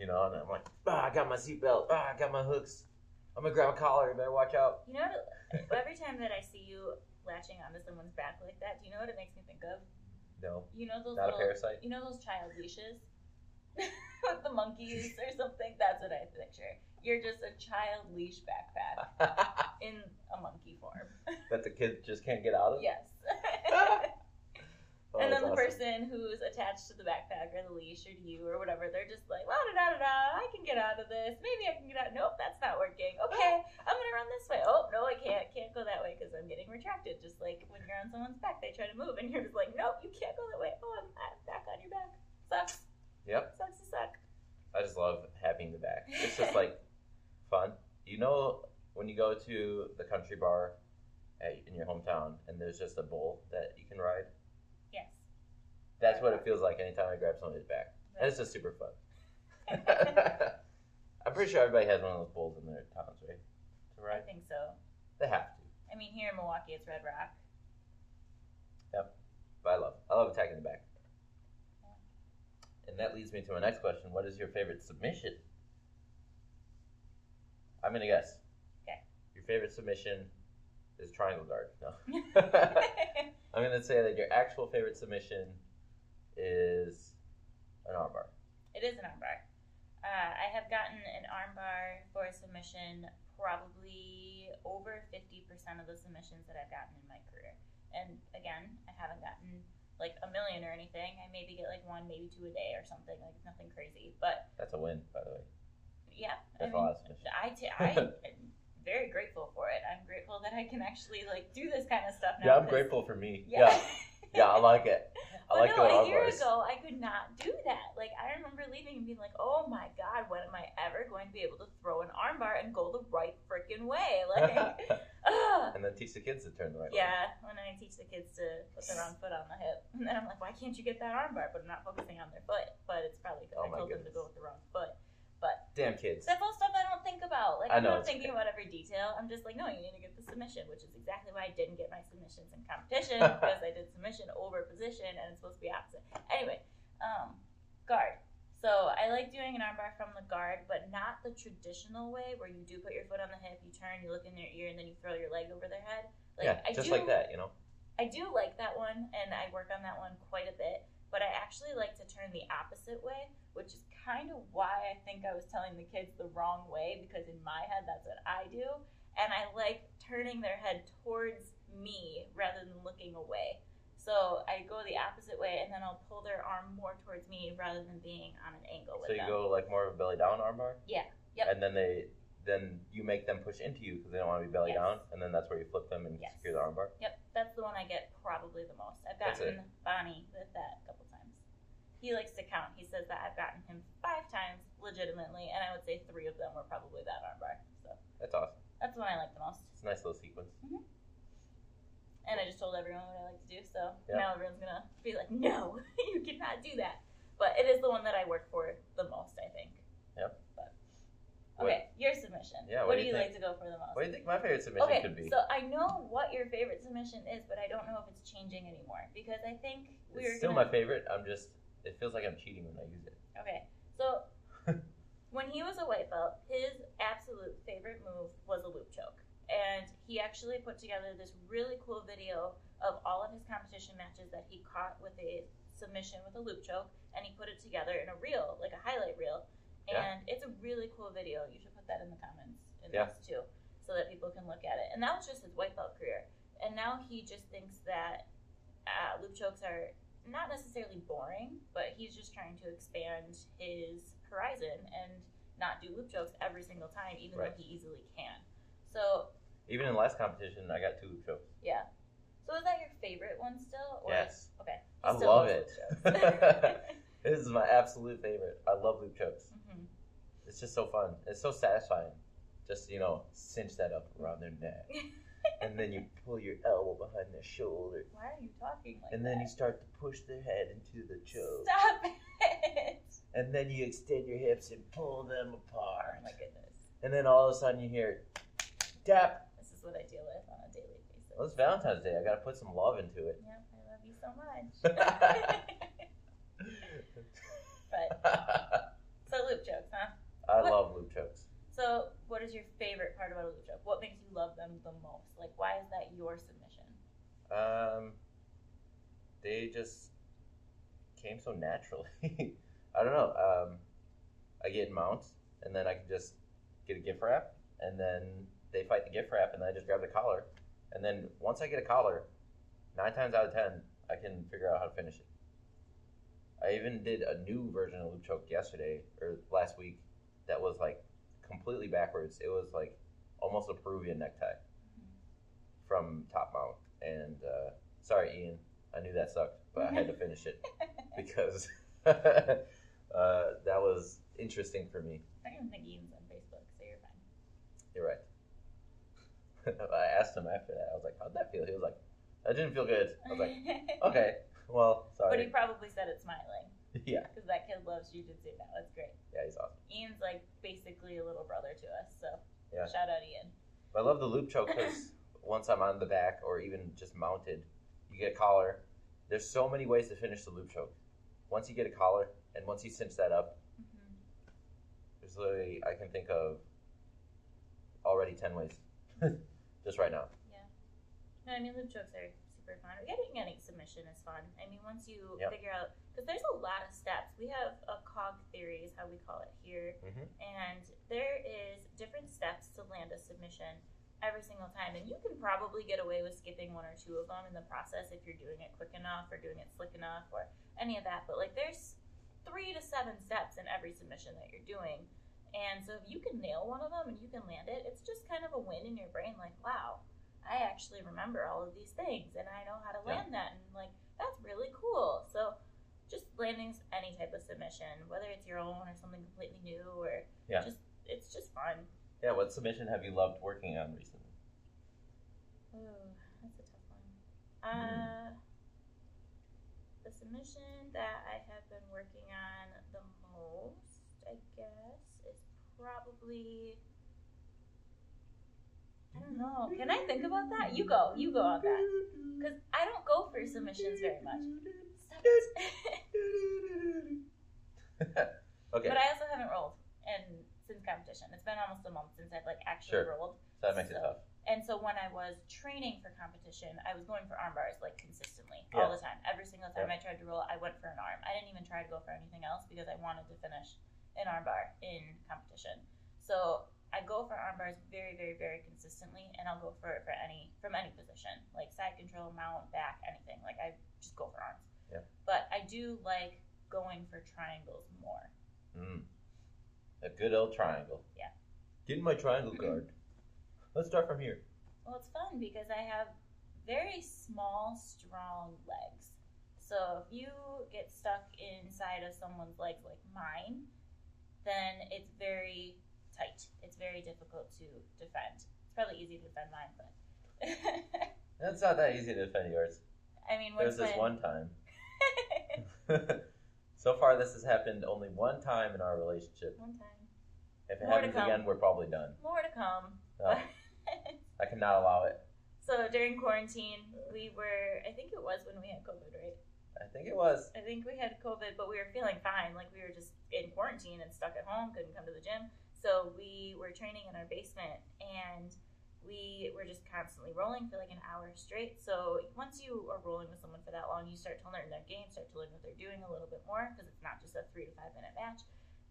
S1: you know, and I'm like, ah, I got my seatbelt, ah, I got my hooks. I'm gonna grab a collar. You better watch out.
S2: You know, what- every time that I see you latching onto someone's back like that, do you know what it makes me think of?
S1: No,
S2: You know those
S1: not a
S2: little,
S1: parasite.
S2: you know those child leashes with the monkeys or something. That's what I picture. You're just a child leash backpack
S1: that
S2: in a monkey form.
S1: the kid just can't get out of?
S2: Yes.
S1: Oh,
S2: and then
S1: that's
S2: the
S1: awesome.
S2: person who's attached to the backpack or the leash or to you or whatever, they're just like, la da da da da, I can get out of this. Maybe I can get out. Nope, that's not working. Okay,
S1: Ah.
S2: I'm gonna run this way. Oh no, I can't. Can't go that way because I'm getting retracted. Just like when you're on someone's back, they try to move and you're just like, nope, you can't go that way. Oh, I'm, I'm back on your back. Sucks.
S1: Yep.
S2: Sucks to suck.
S1: I just love having the back. It's just like fun. You know, when you go to the country bar at, in your hometown and there's just a bull that you can ride,
S2: Yes.
S1: that's what it feels like anytime I grab somebody's back. And it's just super fun. I'm pretty sure everybody has one of those bulls in their towns, right? To
S2: I
S1: ride?
S2: think so.
S1: They have to.
S2: I mean, here in Milwaukee, it's Red Rock.
S1: But I love I love attacking the back. And that leads me to my next question. What is your favorite submission? I'm gonna guess.
S2: Okay.
S1: Your favorite submission is triangle guard. No. I'm gonna say that your actual favorite submission is an armbar.
S2: It is an armbar. Uh, I have gotten an armbar for a submission probably over 50% of the submissions that I've gotten in my career. And again, I haven't gotten like a million or anything. I maybe get like one, maybe two a day or something, like nothing crazy. But
S1: That's a win, by the way.
S2: yeah, I
S1: That's a
S2: mean,
S1: lot of submission.
S2: I, t- I am very grateful for it. I'm grateful that I can actually like do this kind of stuff now.
S1: Yeah, I'm
S2: because-
S1: grateful for me.
S2: Yeah.
S1: Yeah. Yeah, I like it. I
S2: But
S1: like
S2: no,
S1: doing
S2: a year
S1: armbars.
S2: ago, I could not do that. Like, I remember leaving and being like, "Oh my god, when am I ever going to be able to throw an armbar and go the right freaking way?" Like, ugh.
S1: and then teach the kids to turn the right way.
S2: Yeah, when I teach the kids to put their wrong foot on the hip, and then I'm like, why can't you get that arm bar? But I'm not focusing on their foot. But it's probably because
S1: Oh my
S2: I told them to
S1: goodness.
S2: go with the wrong foot. But
S1: Damn kids.
S2: simple stuff I don't think about. Like
S1: I
S2: I'm
S1: know, it's
S2: not
S1: okay.
S2: thinking about every detail. I'm just like, no, you need to get the submission, which is exactly why I didn't get my submissions in competition because I did submission over position, and it's supposed to be opposite. Anyway, um, guard. So I like doing an armbar from the guard, but not the traditional way where you do put your foot on the hip, you turn, you look in their ear, and then you throw your leg over their head. Like
S1: yeah,
S2: I
S1: just
S2: do,
S1: like that, you know?
S2: I do like that one, and I work on that one quite a bit. But I actually like to turn the opposite way, which is kind of why I think I was telling the kids the wrong way because in my head that's what I do, and I like turning their head towards me rather than looking away. So I go the opposite way, and then I'll pull their arm more towards me rather than being on an angle
S1: So
S2: with
S1: you
S2: them.
S1: go like more of a belly down armbar?
S2: Yeah. Yep.
S1: And then they then you make them push into you because they don't want to be belly
S2: Yes.
S1: down, and then that's where you flip them and
S2: Yes.
S1: secure the armbar.
S2: Yep, that's the one I get probably the most. I've
S1: That's
S2: gotten Bonnie with that a couple times. He likes to count. He says that I've gotten him five times legitimately, and I would say three of them were probably that armbar. So
S1: That's awesome.
S2: that's the one I like the most.
S1: It's a nice little sequence.
S2: And I just told everyone what I like to do, so
S1: Yeah.
S2: now everyone's gonna be like, "No, you cannot do that." But it is the one that I work for the most, I think.
S1: Yep.
S2: But,
S1: What-
S2: okay, your submission.
S1: Yeah,
S2: What,
S1: what
S2: do
S1: do
S2: you,
S1: you
S2: like to go for the most?
S1: What do you think my favorite submission
S2: okay,
S1: could be?
S2: so I know what your favorite submission is, but I don't know if it's changing anymore because I think we were
S1: it's still
S2: gonna,
S1: my favorite. I'm just it feels like I'm cheating when I use it.
S2: okay. So when he was a white belt, his absolute favorite move was a loop choke, and he actually put together this really cool video of all of his competition matches that he caught with a submission with a loop choke, and he put it together in a reel, like a highlight reel,
S1: Yeah.
S2: and it's a really cool video. You should put that in the comments in
S1: Yeah.
S2: this too, so that people can look at it. And that was just his white belt career. and now he just thinks that uh, loop chokes are not necessarily boring, but he's just trying to expand his horizon and not do loop chokes every single time, even
S1: Right.
S2: though he easily can. So
S1: Even in the last competition, I got two loop chokes.
S2: yeah. So is that your favorite one still? Or
S1: Yes,
S2: Okay. he
S1: I
S2: still
S1: love
S2: loves
S1: it.
S2: loop chokes.
S1: this is my absolute favorite. I love loop chokes.
S2: Mhm.
S1: It's just so fun. It's so satisfying. Just you know, cinch that up around their neck, and then you pull your elbow behind their shoulder,
S2: Why are you talking like
S1: and then you
S2: that?
S1: start to push their head into the choke.
S2: Stop it!
S1: And then you extend your hips and pull them
S2: Oh my
S1: apart.
S2: goodness.
S1: And then all of a sudden you hear tap.
S2: This is what I deal with on a daily basis.
S1: Well, it's Valentine's Day. I gotta put some love into it.
S2: Yeah, I love you so much. but
S1: I
S2: so loop jokes, huh? What-
S1: love loop chokes.
S2: So what is your favorite part about a loop joke? What makes you love them the most? Like why is that your submission?
S1: Um, they just came so naturally. I don't know. Um, I get mounts, and then I can just get a gift wrap, and then they fight the gift wrap, and then I just grab the collar, and then once I get a collar, nine times out of ten, I can figure out how to finish it. I even did a new version of loop choke yesterday or last week that was like completely backwards. It was like almost a Peruvian necktie from Top Mount. And uh, sorry, Ian, I knew that sucked, but I had to finish it because uh, that was interesting for me.
S2: I don't even think Ian's on Facebook, so you're fine.
S1: You're right. I asked him after that. I was like, "How'd that feel?" He was like, "That didn't feel good." I was like, "Okay, well,
S2: but he
S1: sorry."
S2: probably said it smiling
S1: Yeah,
S2: because that kid loves jujitsu now. That's great.
S1: yeah, he's awesome.
S2: Ian's like basically a little brother to us, so
S1: Yeah.
S2: shout out Ian.
S1: But I love the loop choke because once I'm on the back or even just mounted, you get a collar. There's so many ways to finish the loop choke. Once you get a collar and once you cinch that up, There's literally I can think of already ten ways, just right now.
S2: No, I mean loop jokes are super fun. Getting any submission is fun. I mean, once you
S1: Yep.
S2: figure out because there's a lot of steps. We have a cog theory is how we call it here,
S1: Mhm.
S2: and there is different steps to land a submission every single time. And you can probably get away with skipping one or two of them in the process if you're doing it quick enough or doing it slick enough or any of that. But like there's three to seven steps in every submission that you're doing. And so if you can nail one of them and you can land it, it's just kind of a win in your brain like, wow, I actually remember all of these things and I know how to
S1: Yeah.
S2: land that and like that's really cool. So just landing s- any type of submission, whether it's your own or something completely new or
S1: Yeah.
S2: just it's just fun.
S1: Yeah, what submission have you loved working on recently?
S2: Ooh, that's a tough one. Uh,
S1: Mm-hmm.
S2: the submission that I have been working on the most, I guess, is probably. I don't know. Oh, Can I think about that? You go. You go on that. Because I don't go for submissions very much. Stop it.
S1: okay,
S2: But I also haven't rolled and since competition. It's been almost a month since I've like actually
S1: Sure.
S2: rolled.
S1: so that makes it
S2: so-
S1: tough.
S2: And so when I was training for competition, I was going for arm bars like consistently all the time. Every single time I tried to roll, I went for an arm. I didn't even try to go for anything else because I wanted to finish an arm bar in competition. So I go for arm bars very, very, very consistently, and I'll go for it for any from any position like side control, mount, back, anything. Like I just go for arms.
S1: Yeah.
S2: But I do like going for triangles more.
S1: Mm. A good old triangle.
S2: Yeah.
S1: Getting my triangle card. Let's start from here.
S2: Well, it's fun because I have very small, strong legs. So if you get stuck inside of someone's legs like mine, then it's very tight. It's very difficult to defend. It's probably easy to defend mine, but
S1: That's not that easy to defend yours.
S2: I mean,
S1: There's
S2: what's
S1: this one time. so far, this has happened only one time in our relationship.
S2: one time.
S1: If it
S2: More to
S1: happens
S2: come.
S1: again, we're probably done.
S2: More to come.
S1: No, I cannot allow it.
S2: so during quarantine, we were, I think it was when we had COVID, right?
S1: I think it was.
S2: I think we had COVID, but we were feeling fine. Like we were just in quarantine and stuck at home, couldn't come to the gym. So we were training in our basement and we were just constantly rolling for like an hour straight. So once you are rolling with someone for that long, you start to learn their game, start to learn what they're doing a little bit more because it's not just a three to five minute match.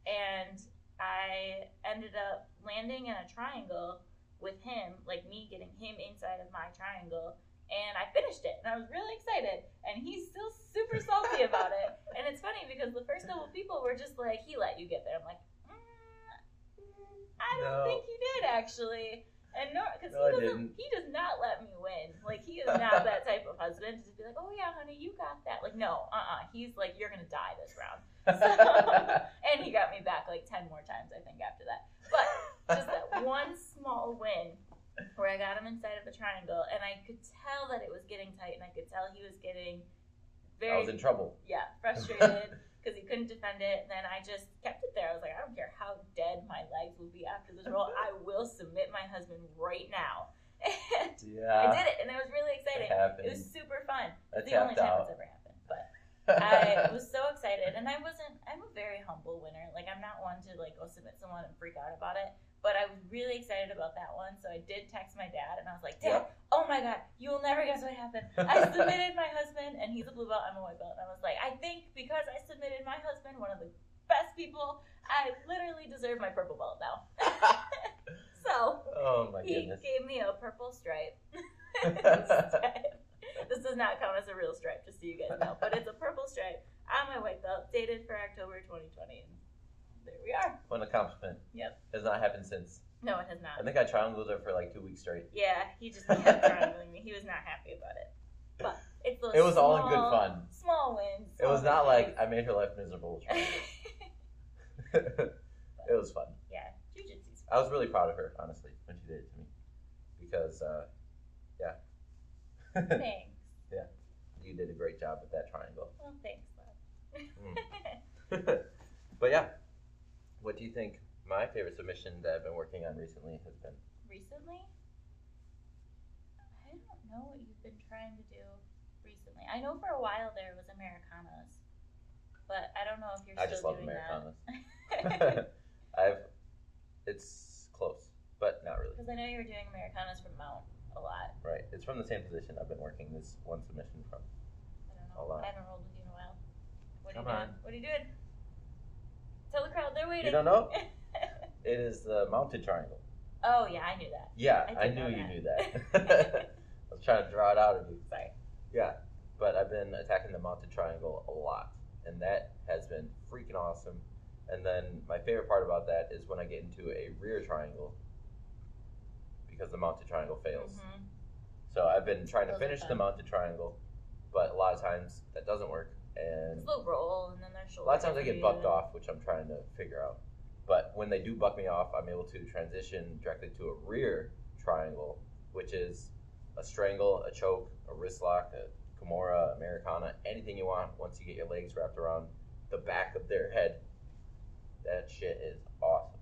S2: And I ended up landing in a triangle with him, like me getting him inside of my triangle and I finished it, and I was really excited. And he's still super salty about it. And it's funny because the first couple people were just like, "He let you get there." I'm like, mm, mm, "I don't
S1: No.
S2: think he did actually." And no, because
S1: No, I
S2: he
S1: didn't.
S2: doesn't. He does not let me win. Like he is not that type of husband to just be like, "Oh yeah, honey, you got that." Like no, uh, uh He's like, "You're gonna die this round." And he got me back like ten more times, I think, after that. But just that one small win where I got him inside of a triangle, and I could tell that it was getting tight, and I could tell he was getting
S1: I
S2: very
S1: was in trouble.
S2: yeah frustrated because he couldn't defend it. And then I just kept it there. I was like, I don't care how dead my legs will be after this roll, I will submit my husband right now. And I
S1: Yeah.
S2: did it, and it was really exciting.
S1: It Uh, happened.
S2: It was super fun.
S1: I
S2: It's the only
S1: tapped
S2: time
S1: out.
S2: it's ever happened, but. I was so excited, and I wasn't. I'm a very humble winner. Like I'm not one to like go submit someone and freak out about it. But I was really excited about that one, so I did text my dad, and I was like, "Dad, oh my god, you will never guess what happened. I submitted my husband, and he's a blue belt. I'm a white belt." And I was like, "I think because I submitted my husband, one of the best people, I literally deserve my purple belt now." so
S1: oh my
S2: he
S1: goodness.
S2: gave me a purple stripe. Instead. this does not count as a real stripe, just so you guys know. But it's a purple stripe on my white belt, dated for October 2020. And there we are.
S1: One accomplishment.
S2: Yep.
S1: Has not happened since.
S2: No, it has
S1: I
S2: not.
S1: think I triangled it for like two weeks straight.
S2: Yeah, he just kept triangling me. He was not happy about it. But it's those
S1: It was all in good
S2: small-
S1: fun.
S2: Small wins.
S1: It was
S2: small
S1: not like
S2: victories.
S1: I made her life miserable. it was fun.
S2: yeah, jujitsu's
S1: I was really proud of her, honestly, when she did it to me. Because, uh, yeah.
S2: Thanks.
S1: you did a great job with that triangle.
S2: Well, thanks, love.
S1: but yeah, what do you think my favorite submission that I've been working on recently has been?
S2: recently? I don't know what you've been trying to do recently. I know for a while there was Americanas, but I don't know if you're
S1: I
S2: still
S1: just love
S2: doing
S1: Americanas.
S2: that.
S1: I've, it's close, but not really.
S2: Because I know you were doing Americanas from Mount a lot.
S1: Right. It's from the same position I've been working this one submission from.
S2: I don't
S1: A
S2: know.
S1: lot.
S2: I haven't rolled with you in a while. What are
S1: Come
S2: you doing?
S1: on.
S2: What are you doing? Tell the crowd they're waiting.
S1: You don't know? It is the mounted triangle.
S2: oh yeah, I knew that.
S1: Yeah,
S2: I
S1: I,
S2: did
S1: knew
S2: know
S1: you
S2: that.
S1: knew that. I was trying to draw it out of you.
S2: Sorry.
S1: Yeah, but I've been attacking the mounted triangle a lot, and that has been freaking awesome. And then my favorite part about that is when I get into a rear triangle because the mounted triangle fails.
S2: Mhm.
S1: So I've been trying to
S2: Those are
S1: finish the
S2: fun.
S1: mounted triangle, but a lot of times that doesn't work, and
S2: It's a little roll, and then their
S1: a
S2: shoulder.
S1: lot of times I get
S2: review,
S1: bucked
S2: and-
S1: off, which I'm trying to figure out. But when they do buck me off, I'm able to transition directly to a rear triangle, which is a strangle, a choke, a wrist lock, a Kimura, Americana, anything you want once you get your legs wrapped around the back of their head. That shit is awesome.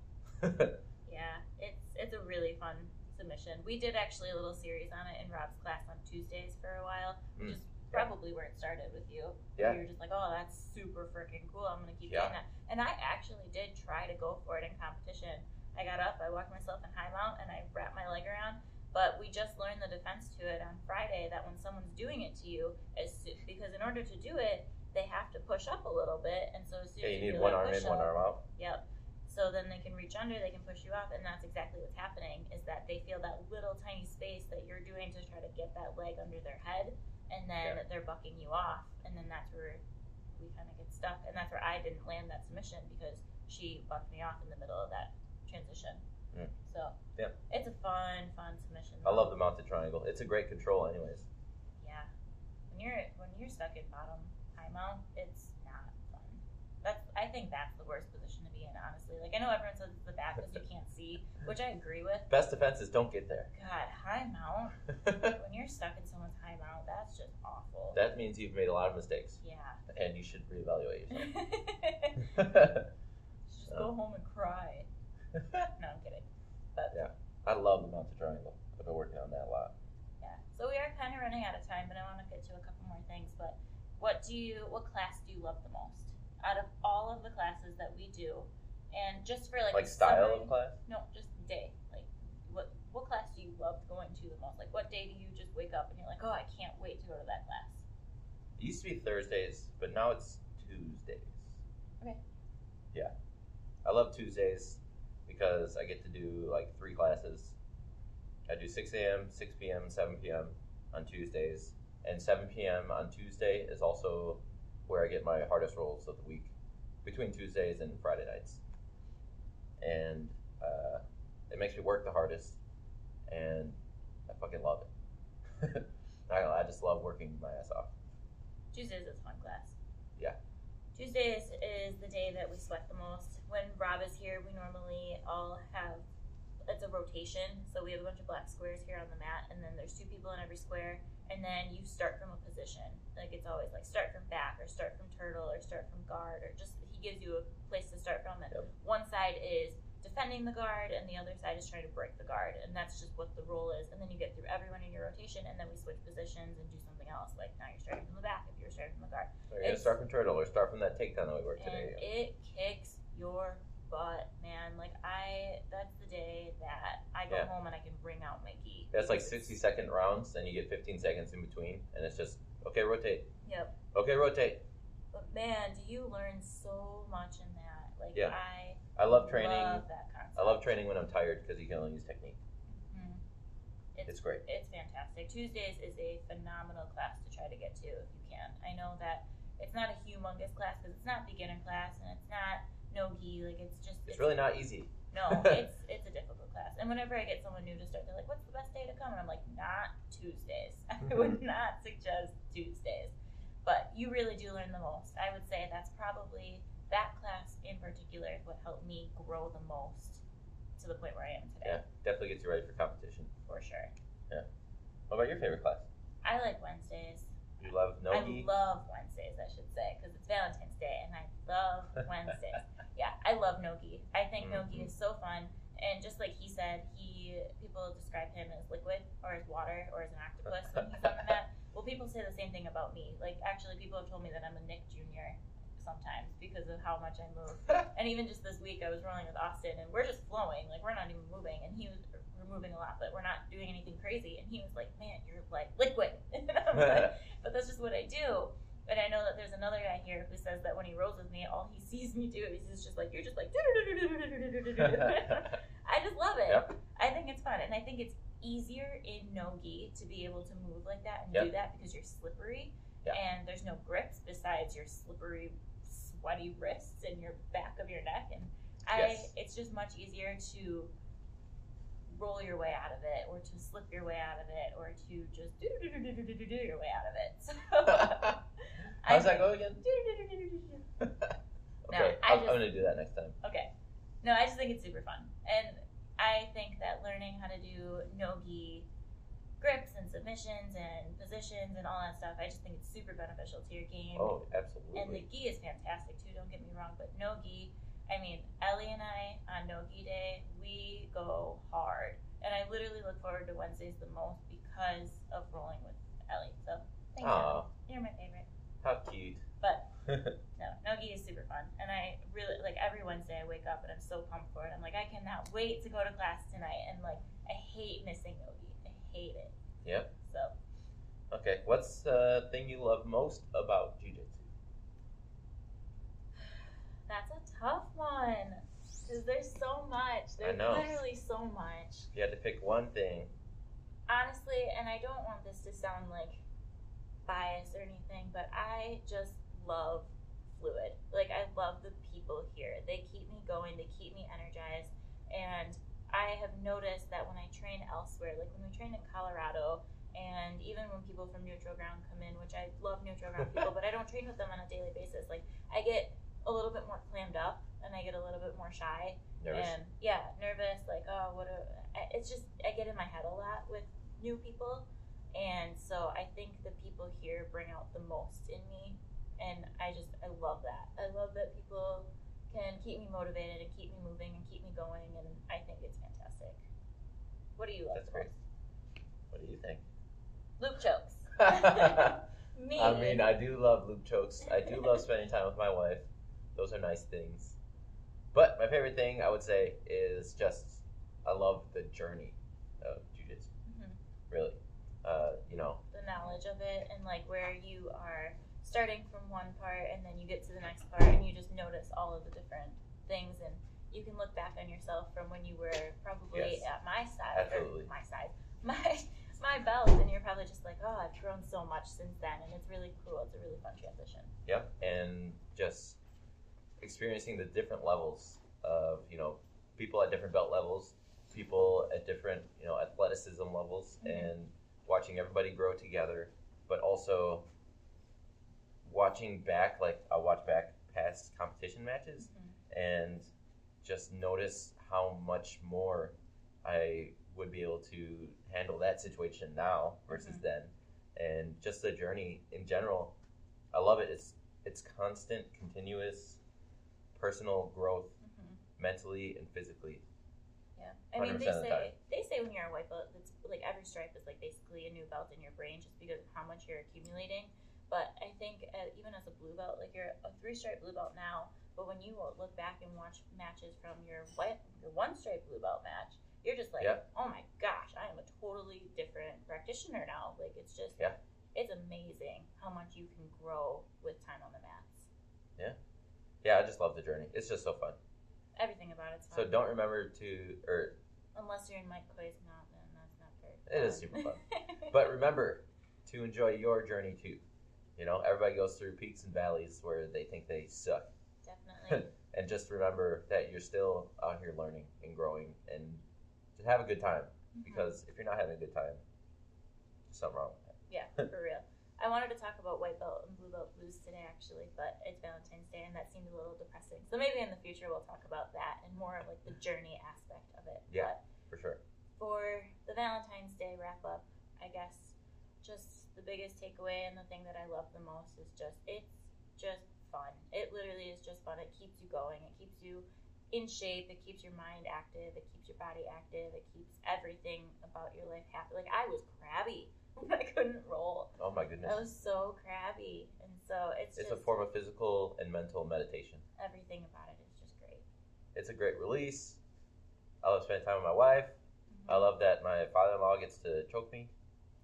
S2: Yeah, it's it's a really fun submission. We did actually a little series on it in Rob's class on Tuesdays for a while. We
S1: Mm,
S2: just
S1: yeah.
S2: probably weren't started with you.
S1: Yeah.
S2: You were just like, oh, that's super freaking cool. I'm gonna keep
S1: Yeah.
S2: doing that. And I actually did try to go for it in competition. I got up, I walked myself in high mount, and I wrapped my leg around. But we just learned the defense to it on Friday that when someone's doing it to you, as soo- because in order to do it, they have to push up a little bit, and so as soon
S1: yeah,
S2: as
S1: you need
S2: do
S1: one
S2: that
S1: arm in,
S2: push
S1: one
S2: up-
S1: arm out.
S2: Yep. So then they can reach under, they can push you up, and that's exactly what's happening is that they feel that little tiny space that you're doing to try to get that leg under their head, and then they're bucking you off, and then that's where we kind of get stuck, and that's where I didn't land that submission because she bucked me off in the middle of that transition.
S1: Mm.
S2: So
S1: Yeah.
S2: it's a fun, fun submission.
S1: I love the mounted triangle. It's a great control, anyways.
S2: Yeah, when you're when you're stuck in bottom high mount, it's not fun. That's I think that's the worst position to be in, honestly. Like I know everyone says it's the back because you can't see, which I agree with.
S1: Best defenses don't get there.
S2: God, high mount. When you're stuck in someone's high mount, that's just awful.
S1: that means you've made a lot of mistakes,
S2: yeah.
S1: and you should reevaluate
S2: just
S1: yourself.
S2: go home and cry. No, I'm kidding. But
S1: I love the mounted triangle. I've been working on that a lot.
S2: yeah. So we are kind of running out of time, but I want to get to a couple more things. But what do you, what class do you love the most out of all of the classes that we do? And just for like,
S1: Like
S2: a
S1: style
S2: summary-
S1: of class.
S2: No, just day. Like, what what class do you love going to the most? Like, what day do you just wake up and you're like, oh, I can't wait to go to that class?
S1: It used to be Thursdays, but now it's Tuesdays.
S2: Okay.
S1: Yeah. I love Tuesdays because I get to do like three classes. I do 6 a.m., 6 p.m., 7 p.m. on Tuesdays. And 7 p.m. on Tuesday is also where I get my hardest rolls of the week between Tuesdays and Friday nights. And uh, it makes me work the hardest, and I fucking love it. Not gonna lie, I just love working my ass off.
S2: Tuesdays is fun class.
S1: Yeah.
S2: Tuesdays is the day that we sweat the most. When Rob is here, we normally all have it's a rotation, so we have a bunch of black squares here on the mat, and then there's two people in every square, and then you start from a position. Like it's always like start from back, or start from turtle, or start from guard, or just he gives you a place to start from. And
S1: Yep.
S2: one side is defending the guard, and the other side is trying to break the guard, and that's just what the role is. And then you get through everyone in your rotation, and then we switch positions and do something else. Like now you're starting from the back if you're starting from the guard.
S1: Or you're gonna
S2: It's-
S1: start from turtle or start from that takedown that we worked today.
S2: And it kicks your butt, man. Like I, that's the day that I go
S1: Yeah.
S2: home and I can bring out my gi.
S1: That's like 60 second rounds, and you get 15 seconds in between, and it's just okay, rotate,
S2: Yep.
S1: okay, rotate.
S2: But man, do you learn so much in that? Like
S1: Yeah.
S2: I
S1: I love training.
S2: Love that concept.
S1: I love training when I'm tired because you can only use technique.
S2: Mhm.
S1: It's great.
S2: It's fantastic. Tuesdays is a phenomenal class to try to get to if you can. I know that it's not a humongous class because it's not beginner class and it's not no gi. Like it's just
S1: It's really not easy.
S2: No, it's it's a difficult class. And whenever I get someone new to start, they're like, "What's the best day to come?" And I'm like, "Not Tuesdays. I would not suggest Tuesdays." But you really do learn the most. I would say that's probably that class in particular is what helped me grow the most to the point where I am today,
S1: Yeah, definitely gets you ready for competition.
S2: for sure.
S1: What about your favorite class?
S2: I like Wednesdays.
S1: You love no
S2: I
S1: gi?
S2: love Wednesdays, I should say, because it's Valentine's Day, and I love Wednesdays. yeah, I love Nogi. I think Nogi is so fun, and just like he said, he people describe him as liquid or as water or as an octopus when he's on the mat. Well, people say the same thing about me. Like, actually, people have told me that I'm a Nick Jr. sometimes because of how much I move. and even just this week, I was rolling with Austin, and we're just flowing. Like, we're not even moving. And he was, we're moving a lot, but we're not doing anything crazy. And he was like, man, you're like liquid. and I'm like, but that's just what I do. But I know that there's another guy here who says that when he rolls with me, all he sees me do is he's just like, you're just like, I just love it.
S1: Yep.
S2: I think it's fun. And I think it's easier in Nogi to be able to move like that and
S1: Yep.
S2: do that because you're slippery
S1: Yeah.
S2: and there's no grips besides your slippery, sweaty wrists and your back of your neck. And I,
S1: Yes.
S2: it's just much easier to roll your way out of it or to slip your way out of it or to just do do do do do do do do your way out of it. So
S1: How's that go again?
S2: go? No,
S1: Okay,
S2: I
S1: I'm,
S2: just-
S1: I'm gonna do that next time.
S2: Okay. No, I just think it's super fun. And I think that learning how to do nogi grips and submissions and positions and all that stuff. I just think it's super beneficial to your game.
S1: Oh,
S2: And the
S1: absolutely.
S2: gi is fantastic too, don't get me wrong, but no gi, I mean, Ellie and I on no gi day, we go hard. And I literally look forward to Wednesdays the most because of rolling with Ellie. So thank you.
S1: Aw,
S2: You're my favorite.
S1: how cute.
S2: But no, no gi is super fun. And I really like every Wednesday I wake up and I'm so pumped for it. I'm like, I cannot wait to go to class tonight and like I hate missing no gi. I hate it.
S1: Yep.
S2: So
S1: Okay, what's the thing you love most about jujitsu?
S2: That's a tough one. Because there's so much. There's
S1: know.
S2: literally so much.
S1: If you had to pick one thing,
S2: Honestly, and I don't want this to sound like biased or anything, but I just love fluid. Like, I love the people here. They keep me going, they keep me energized. And I have noticed that when I train elsewhere, like when we train in Colorado, and even when people from neutral ground come in, which I love neutral ground people, but I don't train with them on a daily basis, like I get a little bit more clammed up and I get a little bit more shy
S1: nervous.
S2: and yeah, nervous. Like, oh, what? A, I- it's just I get in my head a lot with new people, and so I think the people here bring out the most in me, and I just I love that. I love that people can keep me motivated and keep me moving and keep me going, and I think it's fantastic. What do you love?
S1: That's great. What do you think?
S2: Loop chokes.
S1: I
S2: Me.
S1: mean, I do love loop chokes. I do love spending time with my wife. Those are nice things. But my favorite thing I would say is just I love the journey of jujitsu.
S2: Mhm.
S1: Really, uh, you know,
S2: the knowledge of it and like where you are starting from one part and then you get to the next part and you just notice all of the different things and you can look back on yourself from when you were probably
S1: Yes.
S2: at my size
S1: Absolutely.
S2: or my size my my belt and you're probably just like oh I've grown so much since then and it's really cool it's a really fun transition
S1: Yep, and just experiencing the different levels of you know people at different belt levels, people at different you know athleticism levels,
S2: Mhm.
S1: and watching everybody grow together, but also watching back like I watch back past competition matches
S2: Mm-hmm.
S1: and just notice how much more I would be able to handle that situation now versus
S2: Mhm.
S1: then, and just the journey in general. I love it. It's it's constant, continuous, personal growth,
S2: hmm
S1: mentally and physically.
S2: Yeah, I mean, they
S1: 100% of the time.
S2: say they say when you're a white belt, it's like every stripe is like basically a new belt in your brain just because of how much you're accumulating. But I think uh, even as a blue belt, like you're a three stripe blue belt now, but when you will look back and watch matches from your white your one stripe blue belt match, you're just like,
S1: Yeah.
S2: oh my gosh, I am a totally different practitioner now. Like it's just,
S1: Yeah.
S2: it's amazing how much you can grow with time on the mats.
S1: Yeah, I just love the journey. It's just so fun.
S2: Everything about it's
S1: So
S2: fun.
S1: don't remember to or
S2: unless you're in Mike Coy's mount, then that's not very.
S1: It is super
S2: fun.
S1: but remember to enjoy your journey too. You know, everybody goes through peaks and valleys where they think they suck.
S2: Definitely.
S1: And just remember that you're still out here learning and growing and to have a good time.
S2: Mm-hmm.
S1: Because if you're not having a good time, there's something wrong with that.
S2: yeah, for real. I wanted to talk about white belt and blue belt blues today, actually, but it's Valentine's Day and that seemed a little depressing. So maybe in the future we'll talk about that and more of like the journey aspect of it.
S1: Yeah.
S2: But
S1: For sure.
S2: for the Valentine's Day wrap up, I guess just the biggest takeaway and the thing that I love the most is just it's just fun. It literally is just fun. It keeps you going. It keeps you in shape. It keeps your mind active. It keeps your body active. It keeps everything about your life happy. Like I was crabby when I couldn't roll.
S1: Oh my goodness.
S2: I was so crabby, and so it's,
S1: it's a
S2: just
S1: form of physical and mental meditation.
S2: everything about it is just great.
S1: It's a great release. I love spending time with my wife. I love that my father in law gets to choke me.
S2: Mm-hmm.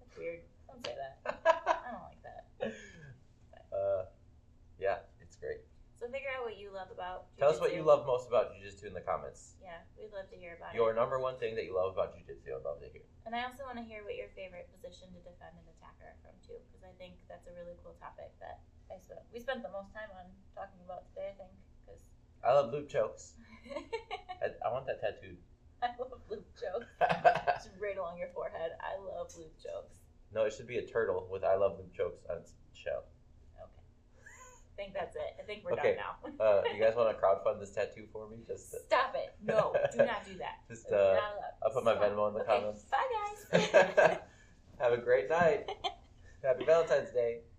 S2: That's weird. Don't say that. I don't like that.
S1: uh, yeah, it's great.
S2: So figure out what you love about.
S1: Tell us what you
S2: jujitsu.
S1: love most about jujitsu in the comments.
S2: Yeah, we'd love to hear about
S1: Your
S2: it.
S1: number one thing that you love about jujitsu, I'd love to hear.
S2: And I also want to hear what your favorite position to defend and attack are from too, because I think that's a really cool topic that I sp- we spent the most time on talking about today. I think because
S1: I love loop chokes. I, I want that tattooed.
S2: I love loop jokes. It's right along your forehead. I love loop jokes.
S1: no, it should be a turtle with I love loop chokes on its shell.
S2: Okay, I think that's it. I think we're
S1: Okay.
S2: done now.
S1: Uh, you guys want to crowdfund this tattoo for me? Just,
S2: Stop it! No, do not do that.
S1: just
S2: It's
S1: uh,
S2: not allowed.
S1: I'll put my
S2: Stop.
S1: Venmo in the
S2: Okay,
S1: comments.
S2: Bye guys.
S1: Have a great night. Happy Valentine's Day.